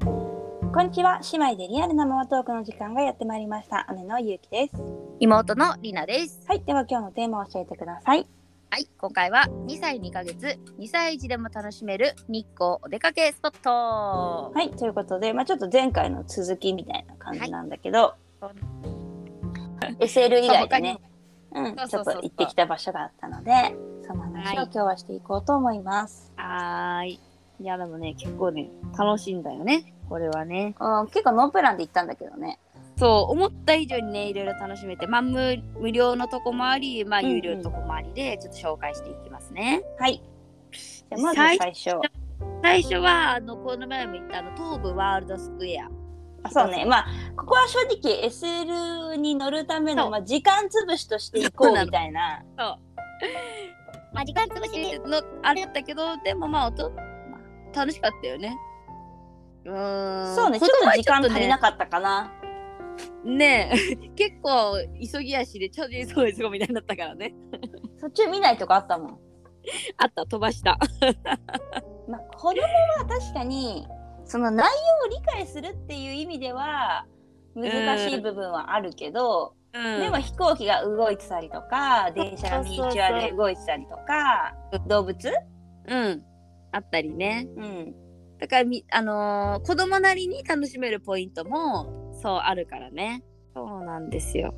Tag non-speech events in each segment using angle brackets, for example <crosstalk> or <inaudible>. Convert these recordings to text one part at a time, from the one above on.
こんにちは姉妹でリアルなママトークの時間がやってまいりました姉のゆうきです妹のりなです。はいでは今日のテーマを教えてくださいはい、今回は2歳2ヶ月、2歳児でも楽しめる日光お出かけスポット。はいということでまあちょっと前回の続きみたいな感じなんだけど、はい SL 以外でそう他にもねうんそうちそょっうそうとそう行ってきた場所があったのでその話をは今い日はしていこうと思います、はーい。いやでもね、結構ね、楽しいんだよね。これはね。うん結構ノープランで行ったんだけどねそう、思った以上にね、いろいろ楽しめて、まあ無無料のとこもあり、まあうんうん有料のとこもありで、ちょっと紹介していきますね。はいじゃあまず最最初最初は、あの、この前も言った、あの、東武ワールドスクエア。あそうねまあここは正直 SL に乗るためその、うまあ、時間潰しとして行こそううなのみたいなそう。まあ時間潰のあれだったけど、でもまあ、おとまあ、楽しかったよね。うーん。そうねちょっと時間足りなかったかな、ねえ <laughs> 結構急ぎ足でちょい急ごい急ごみたいになったからね途中見ないとかあったもんあった飛ばしたまあ、子供は確かにその内容を理解するっていう意味では難しい部分はあるけど、ででも飛行機が動いてたりとか電車がミニチュアで動いてたりとか動物、うんあったりねうん、だからみあのー子供なりに楽しめるポイントもそうあるからねそうなんですよ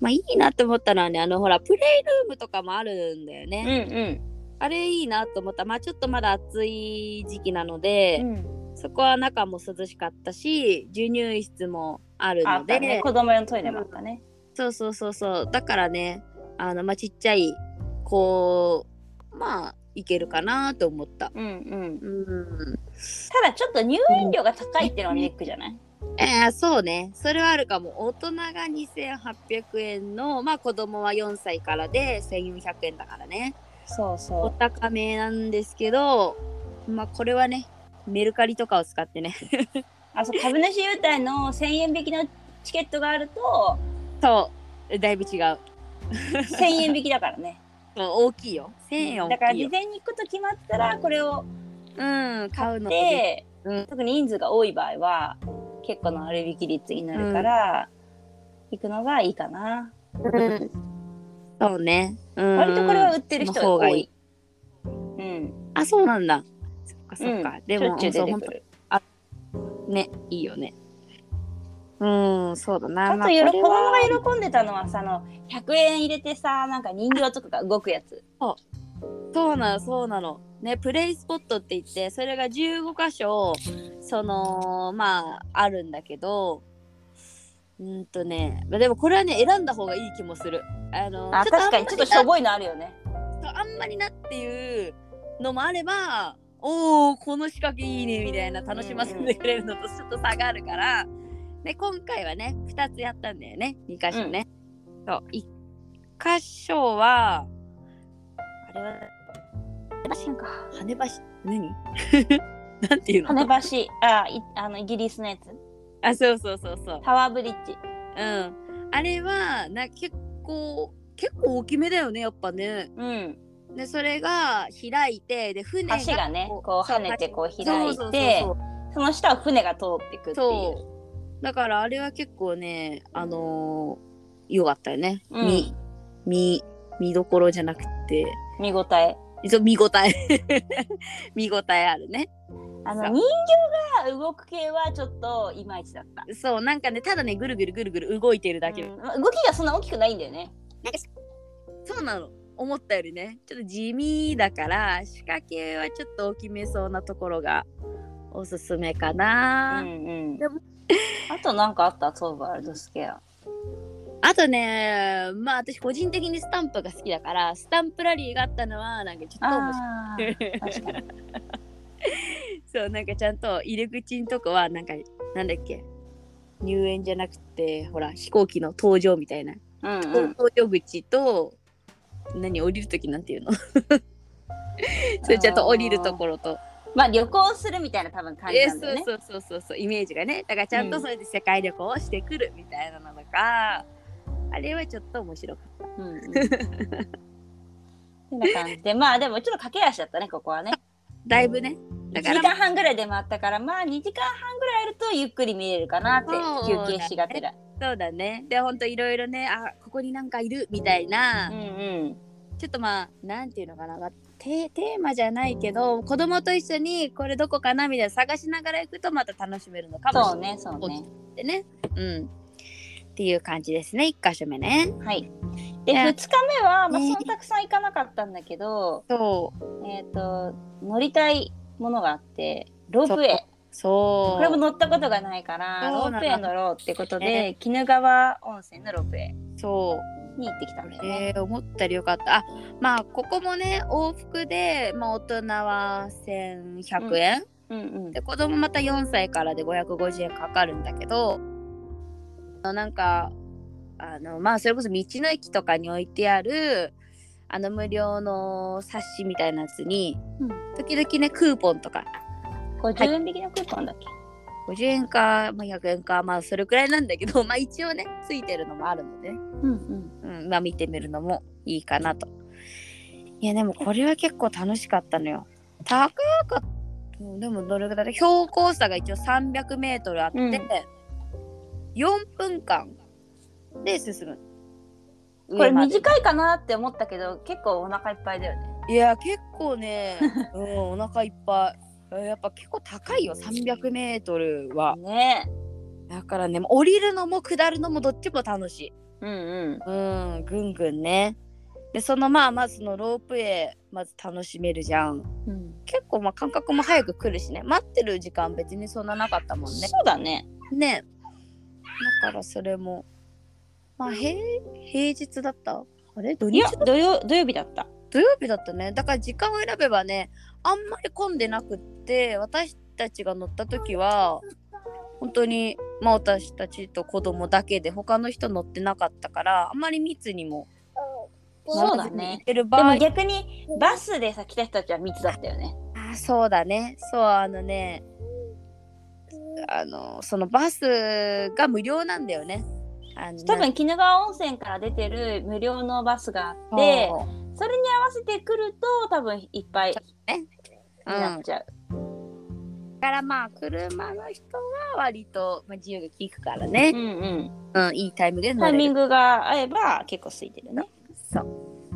まあいいなと思ったのはねあのほらプレイルームとかもあるんだようんね、うあれいいなと思ったまあちょっとまだ暑い時期なので、んそこは中も涼しかったし授乳室もあるあっのでたね子供用のトイレもあったね、そうそうそうそうだからねあのまあちっちゃいこうまあいけるかなと思ったうんうん、うんただちょっと入園料が高いっていうのがネックじゃない、えー、そうねそれはあるかも大人が2800円のまあ子供は4歳からで1400円だからねそうそおう高めなんですけどまあこれはねメルカリとかを使ってねあそう株主優待の1000円引きのチケットがあるとそうだいぶ違う1000円引きだから <laughs> ねうん大きいよ1000円だか大らき事いよ前に行くこと決まったらこれをうん買うのでで、うん特に人数が多い場合は結構の割引率になるから、行くのがいいかな、うんそうね、うん、割とこれは売ってる人がの方が多いいいうんあ、そうなんだ。そっかそっうか。んでも、しょっちゅう出そうて本くる当ね、いいよね。うん、そうだな。あまとよろこれ子は供が喜んでたのはさあの100円入れてさなんか人形とかが動くやつそうなの、そうなの。ね、プレイスポットって言って、それが15箇所、その、まあ、あるんだけど、うんとね、まあでもこれはね、選んだ方がいい気もする。あの、あちょっと確かにちょっとしょぼいのあるよねあんまりなっていうのもあれば、おおこの仕掛けいいねみたいな楽しませてくれるのとちょっと差があるから、で今回はね2つやったんだよね2箇所ね、そう1箇所はあれは確か跳ね橋何 <laughs> なんていうの羽橋あいあのイギリスのやつあそうそうそうそうタワーブリッジうんあれはな結構結構大きめだよねやっぱねうんでそれが開いてで船が橋がねこう跳ねてこう開いてそうそうそうそうその下を船が通っていくっていうそうだからあれは結構ねあのー、よかったよね、うん見見見どころじゃなくて見応え一応見応え <laughs> 見応えあるねあのそう人形が動く系はちょっといまいちだった、そうなんかねただねぐるぐるぐるぐる動いてるだけ、うんまあ動きがそんな大きくないんだよねそうなの思ったよりねちょっと地味だから仕掛けはちょっと大きめそうなところがおすすめかうんな、うんでもあとなんかあったソーバールドスケアあとねまあ私個人的にスタンプが好きだからスタンプラリーがあったのはなんかちょっと面白いあー確かにそうなんかちゃんと入り口のとこはなんかなんだっけ入園じゃなくてほら飛行機の搭乗みたいな、うんうん搭乗口と何降りる時なんていう <laughs> の <laughs> それちゃんと降りるところとまあ旅行するみたいな多分感じえなんだよね、そうそうそうそうそうイメージがねだからちゃんうとんそれで世界旅行をしてくるみたいなのとか、あれはちょっと面白かっうんうんてな感じでまあでもちょっと駆け足だったねここはねただいぶねだ1か時ら間半ぐらいで回ったからまあ2時間半ぐらいあるとゆっくり見れるかなってそうだ休ね憩しがてら、そうだねでほんといろいろねあここになんかいるみたいな、うんうんちょっとまあなんていうのかな、まあテテーマじゃないけど子供と一緒にこれどこかなみたいな探しながら行くとまた楽しめるのかもしそうれないねそうねってね。うんっていう感じですね1箇所目ね。はいでいや2日目は、まあ、ねそんたくさん行かなかったんだけど、そうえっ、と乗りたいものがあってロープウェイそうこれも乗ったことがないからロそうーなんプウだェイ乗ろうってことでね鬼怒川温泉のロープウェイそうに行ってきたんだよね。えー思ったよりよかったあまあここもね往復で、まあ、大人は1100円、うんうんで子供また4歳からで550円かかるんだけどあのなんかあのまあそれこそ道の駅とかに置いてあるあの無料の冊子みたいなやつに、うん時々ねクーポンとか50円引きのクーポンだっけ、 50円か、まあ、100円かまあそれくらいなんだけど <laughs> まあ一応ねついてるのもあるのでね、うんうん、うん、まあ見てみるのもいいかなと。いやでもこれは結構楽しかったのよ。高かった。でもどれぐらいだ標高差が一応300メートルあって、うん4分間で進む。これ上まで短いかなって思ったけど結構お腹いっぱいだよね。いや結構ね、 <laughs> うん、お腹いっぱい。やっぱ結構高いよ300メートルは。ねだからねもう降りるのも下るのもどっちも楽しい。うんうんうん、ぐんぐんね。で、そのまあ、まずそのロープウェイ、まず楽しめるじゃん。うん、結構まあ、感覚も早く来るしね。待ってる時間別にそんななかったもんねそ。うだね。ね。だからそれも。まあ、平、平日だったあれ土い日や土曜土曜日だった。土曜日だったね。だから時間を選べばね、あんまり混んでなくって、私たちが乗った時は、本当に、まあ私たちと子供だけで、他の人乗ってなかったから、あんまり密にも。そうだね行ってる場でも合逆にバスでさ来た人たちは密だったよね。あそうだねそうあのねあのそのバスが無料なんだよねあの多分鬼怒川温泉から出てる無料のバスがあってそれに合わせてくると多分いっぱいにうなっん、ちゃう。だからまあ車の人は割と、まあ、自由が利くからねう、んうん、うん、いいタイムで乗タイれミンるグが合えば結構空いてるね。そう、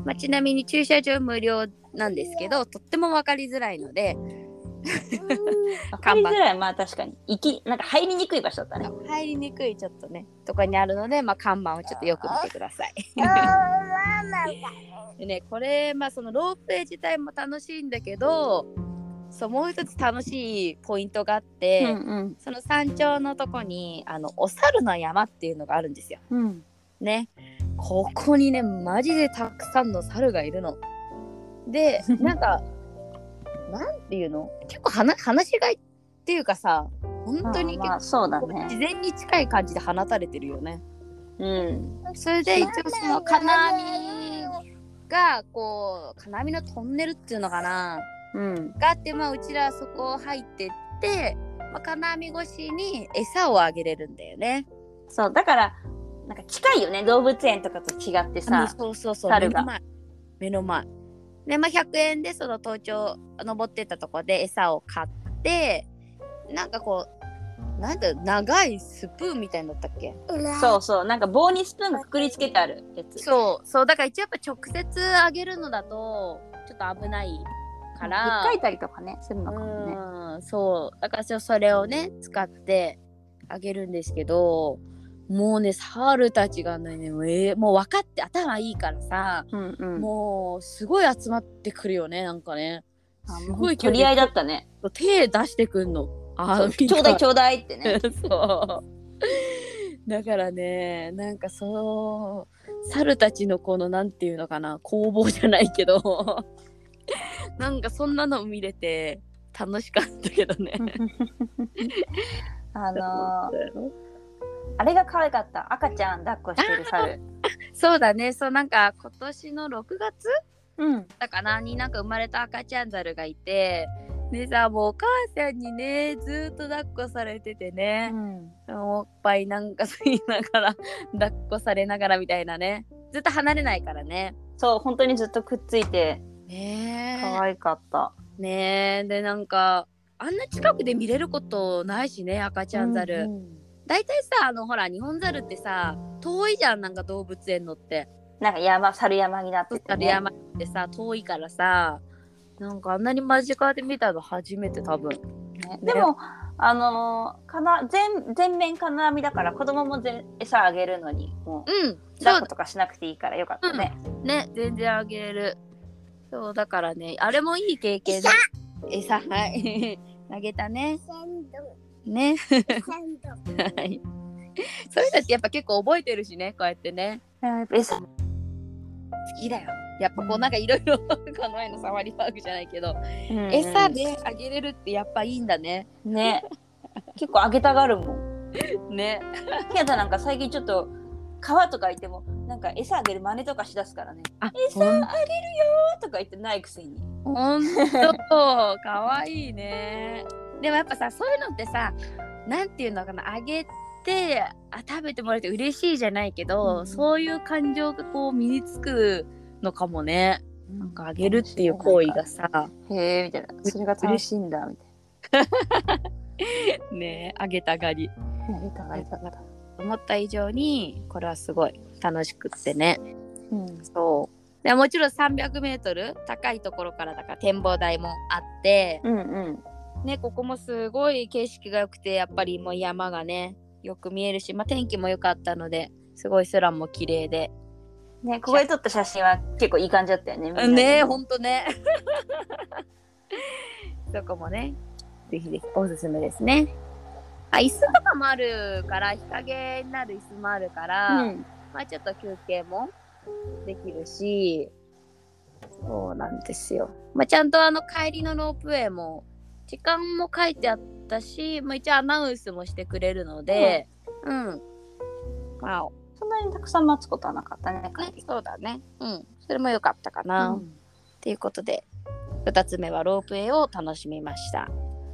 まあ、ちなみに駐車場無料なんですけどとっても分かりづらいのでわかりづらいまあ確かに行きなんか入りにくい場所だったね。入りにくいちょっとねとかにあるので、まあ、看板をちょっとよく見てください。 <laughs> でねこれまあそのロープウェイ自体も楽しいんだけどそうもう一つ楽しいポイントがあって、うんその山頂のとこにあのお猿の山っていうのがあるんですよ。うんね。ここにねマジでたくさんの猿がいるの。 <laughs> でなんかなんていうの結構話話しがいっていうかさ本当にまあ結まあそうだ構自ね。然に近い感じで放たれてるよね。うんそれで一応その金網がこう金網のトンネルっていうのかなうんがあってまあうちらそこ入ってって、まあ、金網越しに餌をあげれるんだよね。そうだからなんか近いよね動物園とかと違ってうんさ。そうそうそう猿目がの前目の前。でまあ100円でその登頂登ってったとこで餌を買ってなんかこうなんだ長いスプーンみたいなのだったっけそうそうなんか棒にスプーンがくくりつけてあるやつ。そうそうだから一応やっぱ直接あげるのだとちょっと危ないから引っかいたりとかねするのかもね。うんそうだからそうそれをね使ってあげるんですけどもうね猿たちがね、もうえーもう分かって頭いいからさ、うんうん。もうすごい集まってくるよねなんかねあすもうごい距取り合離いだったね。手出してくんのあそうちょうだいちょうだいって <laughs> ね。 <laughs> そうだからねなんかそう猿たちのこのなんていうのかな攻防じゃないけど <laughs> なんかそんなの見れて楽しかったけどね。あのー、あれが可愛かった赤ちゃん抱っこしてる猿。 <laughs> そうだねそうなんか今年の6月うん。だかなになんか生まれた赤ちゃん猿がいてでさもうお母さんにねずーっと抱っこされててね、おっぱいなんか吸いながら <laughs> 抱っこされながらみたいなねずっと離れないからね。そう本当にずっとくっついてねえ可愛かった。ねえでなんかあんな近くで見れることないしね赤ちゃんザうル、ん大体さあのほら日本ザルってさ遠いじゃんなんか動物園のってなんか山猿山になってて、猿ね、山ってさ遠いからさなんかあんなに間近で見たの初めて多分ねでもあのーかな全全面金網だから子供もぜ餌あげるのにもううんそ抱うっことかしなくていいからよかったね、ね全然あげれるそうだからねあれもいい経験餌はい <laughs> あげたねねはいそういうのってやっぱ結構覚えてるしねこうやってねやっぱ餌好きだよやっぱこうなんかいろいろ <laughs> この前のサファリパークじゃないけど、餌餌であげれるってやっぱいいんだねね結構あげたがるもんねケンタなんか最近ちょっと川とか行ってもなんか餌あげる真似とかしだすからねあ餌あげるよーとか言ってないくせにほんとかわいいねでもやっぱさそういうのってさなんていうのかなあげてあ食べてもらえて嬉しいじゃないけど、うんそういう感情がこう身につくのかもねななんかあげるっていう行為がさへえみたいなそれが楽しいんだみたいねあげたがりなあげたあげたあげた思った以上にこれはすごい楽しくってねうんそうでもちろん 300m 高いところからだから展望台もあって、うんうんね、ここもすごい景色が良くてやっぱりもう山がねよく見えるし、まあ、天気も良かったのですごい空も綺麗でねここで撮った写真は結構いい感じだったよねみんなでねえほんとね <laughs> そこもねぜひぜひおすすめですねあ椅子とかもあるから日陰になる椅子もあるから、うんまあちょっと休憩もできるし、そうなんですよ。まあちゃんとあの帰りのロープウェイも、時間も書いてあったし、まあ一応アナウンスもしてくれるので、うん。まあ、そんなにたくさん待つことはなかったねね、そうだね。うん。それも良かったかな。うっんていうことで、2つ目はロープウェイを楽しみました。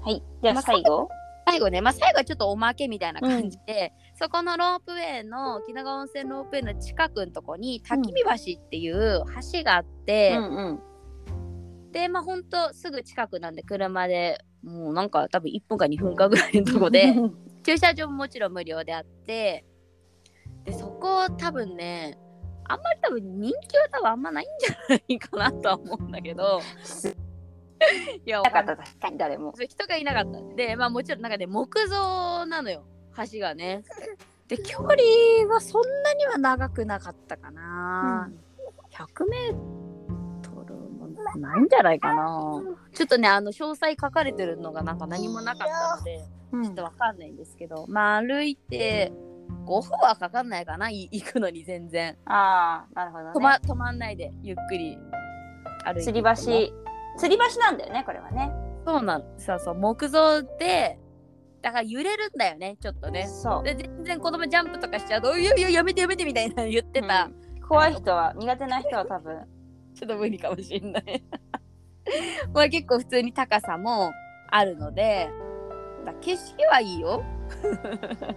はいじゃまああ最後最後ね、まあ最後はちょっとおまけみたいな感じで、そこのロープウェイの、沖縄温泉ロープウェイの近くのとこに、滝見橋っていう橋があって、うんうんでまあほんとすぐ近くなんで車でもうなんか多分1分か2分かぐらいのと <laughs> こで駐車場ももちろん無料であってでそこ多分ねあんまり多分人気は多分あんまないんじゃないかなとは思うんだけどいやなかった確かに誰もそう人がいなかったんでまあもちろんなんかね木造なのよ橋がね。 <laughs> で距離はそんなには長くなかったかな。100メートルもないんじゃないかな。ちょっとね、あの詳細書かれてるのがなんか何もなかったので、うんちょっとわかんないんですけど、まあ歩いて5分はかかんないかな、い行くのに全然。ああなるほどね止ま止まんないで、ゆっくり歩い吊て。り橋吊り橋なんだよねこれはねそうなの。そうそう、木造で、だから揺れるんだよね、ちょっとね。そうで全然子供ジャンプとかしちゃうと「いやいややめてやめて」みたいなの言ってた、うん怖い人は苦手な人は多 <laughs> 分ちょっと無理かもしんない <laughs> まあ結構普通に高さもあるのでだ景色はいいよ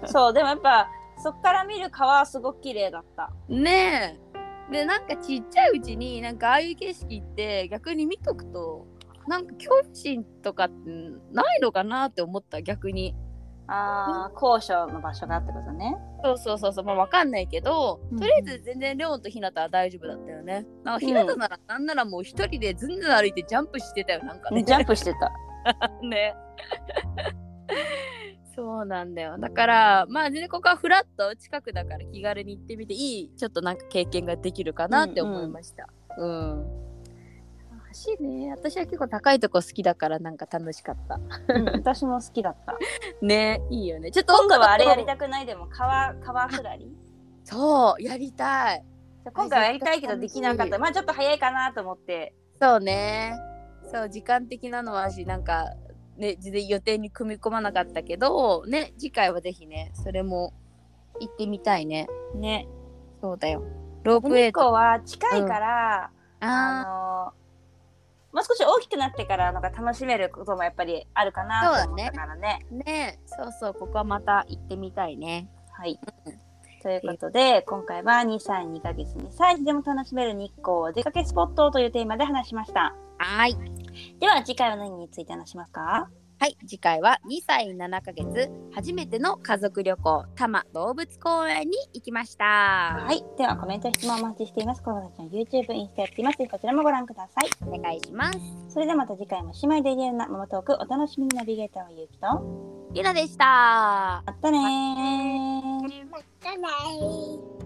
そうでもやっぱそっから見る川はすごく綺麗だったねえでなんかちっちゃいうちになんかああいう景色って逆に見とくとなんか恐怖心とかってないのかなって思った逆にああ高所の場所がってことねそうそうそうそうまあわかんないけど、うんとりあえず全然レオンとひなたは大丈夫だったよねなんかひなたならなんならもう一人でずんずん歩いてジャンプしてたよなん <laughs> かねジャンプして <laughs> たね。そうなんだよ。だから、まあ、全然ここはフラット近くだから気軽に行ってみていい、ちょっとなんか経験ができるかなって思いました。うん、橋ね、私は結構高いとこ好きだからなんか楽しかった。うん私も好きだ <laughs> った <laughs> ね、いいよね。ちょっと今度はあれやりい。たくないでも川川下りそう、やりたい。 <laughs> 今回はやりたいけどできなかっ楽 <laughs> したまあちょっと早いかなと思ってそうね。そう、時間的なのはあるし、なんか、ね、事前予定に組み込まなかったけど、ね、次回はぜひね、それも行ってみたいね。ねそうだよ。ロープウェ2イと個は近いから、ああのもう少し大きくなってからのが楽しめることもやっぱりあるかなと思ったからねーねそうそうここはまた行ってみたいね。はい。ということで、今回は2歳2ヶ月に歳児でも楽しめる日光お出かけスポットというテーマで話しました。はーいでは次回は何について話しますかはい、次回は2歳7ヶ月、初めての家族旅行、多摩動物公園に行きました。は、はいい。では、コメント、質問お待ちしています。子供たちの YouTube、インスタやっています。ぜひこちらもご覧ください。お願いします。それではまた次回も姉妹でリアルなママトーク、お楽しみにナビゲーターはゆうきと。まゆらでした。たねー。またねー。